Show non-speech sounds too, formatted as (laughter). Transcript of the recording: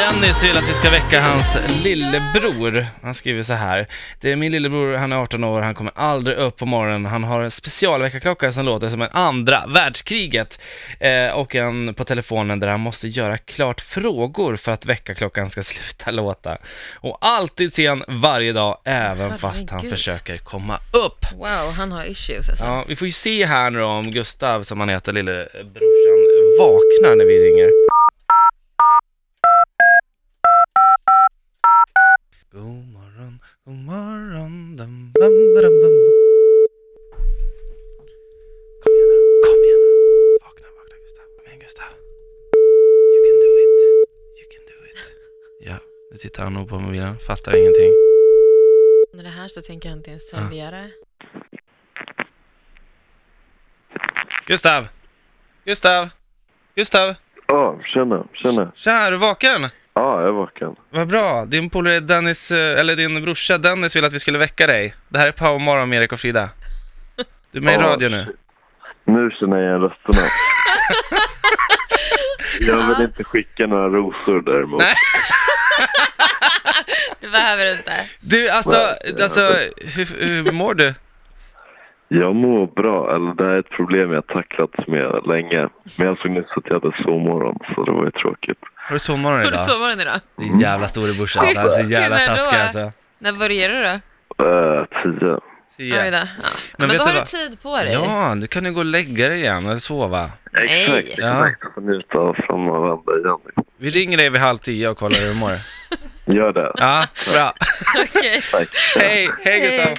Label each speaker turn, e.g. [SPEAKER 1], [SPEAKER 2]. [SPEAKER 1] Dennis vill att vi ska väcka hans lillebror. Han skriver så här. Det är min lillebror, han är 18 år, han kommer aldrig upp på morgonen. Han har en specialväckarklocka som låter som en andra världskriget. Eh, och en på telefonen där han måste göra klart frågor för att väckarklockan ska (laughs) sluta låta. Och alltid sen varje dag, även fast han
[SPEAKER 2] Herregud.
[SPEAKER 1] försöker komma upp.
[SPEAKER 2] Wow, han har issues alltså.
[SPEAKER 1] Ja, vi får ju se här nu då om Gustav, som han heter, lillebrorsan, vaknar när vi ringer. God morgon, god morgon, dum, bam, badam, bam. Kom igen nu, kom igen nu. Vakna, vakna Gustav. Kom igen Gustav. You can do it, you can do it. Ja, nu tittar han nog på mobilen, fattar ingenting.
[SPEAKER 2] När det här så tänker jag inte ens servera.
[SPEAKER 1] Gustav! Gustav! Gustav!
[SPEAKER 3] Ja, tjena, tjena.
[SPEAKER 1] Tja, är du vaken?
[SPEAKER 3] Ja, jag är vaken.
[SPEAKER 1] Vad bra. Din polare Dennis, eh, eller din brorsa Dennis vill att vi skulle väcka dig. Det här är Power Morgon med Erik och Frida. Du är med i
[SPEAKER 3] Ja.
[SPEAKER 1] radio nu.
[SPEAKER 3] Nu känner jag
[SPEAKER 1] (laughs)
[SPEAKER 3] igen rösterna. Jag vill inte skicka några rosor däremot.
[SPEAKER 1] Nej.
[SPEAKER 2] Det behöver du inte.
[SPEAKER 1] Du, alltså,
[SPEAKER 3] Well,
[SPEAKER 1] alltså
[SPEAKER 3] yeah.
[SPEAKER 1] hur, hur mår du?
[SPEAKER 3] Jag mår bra, eller det här är ett problem jag tacklats med länge. Men jag såg nyss att jag hade sovmorgon, så det var ju tråkigt.
[SPEAKER 1] Har du sovmorgon
[SPEAKER 2] Har du
[SPEAKER 1] idag?
[SPEAKER 2] sovmorgon idag?
[SPEAKER 1] Din jävla storebrorsa, alltså, han är så jävla
[SPEAKER 2] Vilken är då?
[SPEAKER 1] taskig alltså.
[SPEAKER 2] När börjar du då?
[SPEAKER 3] Äh, tio.
[SPEAKER 2] Oj
[SPEAKER 1] Ja.
[SPEAKER 2] då. Ja.
[SPEAKER 1] Men
[SPEAKER 2] Men,
[SPEAKER 1] vet
[SPEAKER 2] då
[SPEAKER 1] du
[SPEAKER 2] har du
[SPEAKER 1] vad?
[SPEAKER 2] tid på dig.
[SPEAKER 1] ja, du kan ju gå och lägga dig igen och sova.
[SPEAKER 2] Nej.
[SPEAKER 3] Exakt,
[SPEAKER 1] Ja.
[SPEAKER 3] exakt. Jag får njuta av samma vända igen.
[SPEAKER 1] Vi ringer dig vid halv tio och kollar hur du mår.
[SPEAKER 3] Gör det.
[SPEAKER 1] Ja, bra.
[SPEAKER 2] (laughs) Okej.
[SPEAKER 3] Tack.
[SPEAKER 1] Hej, hej Gustav.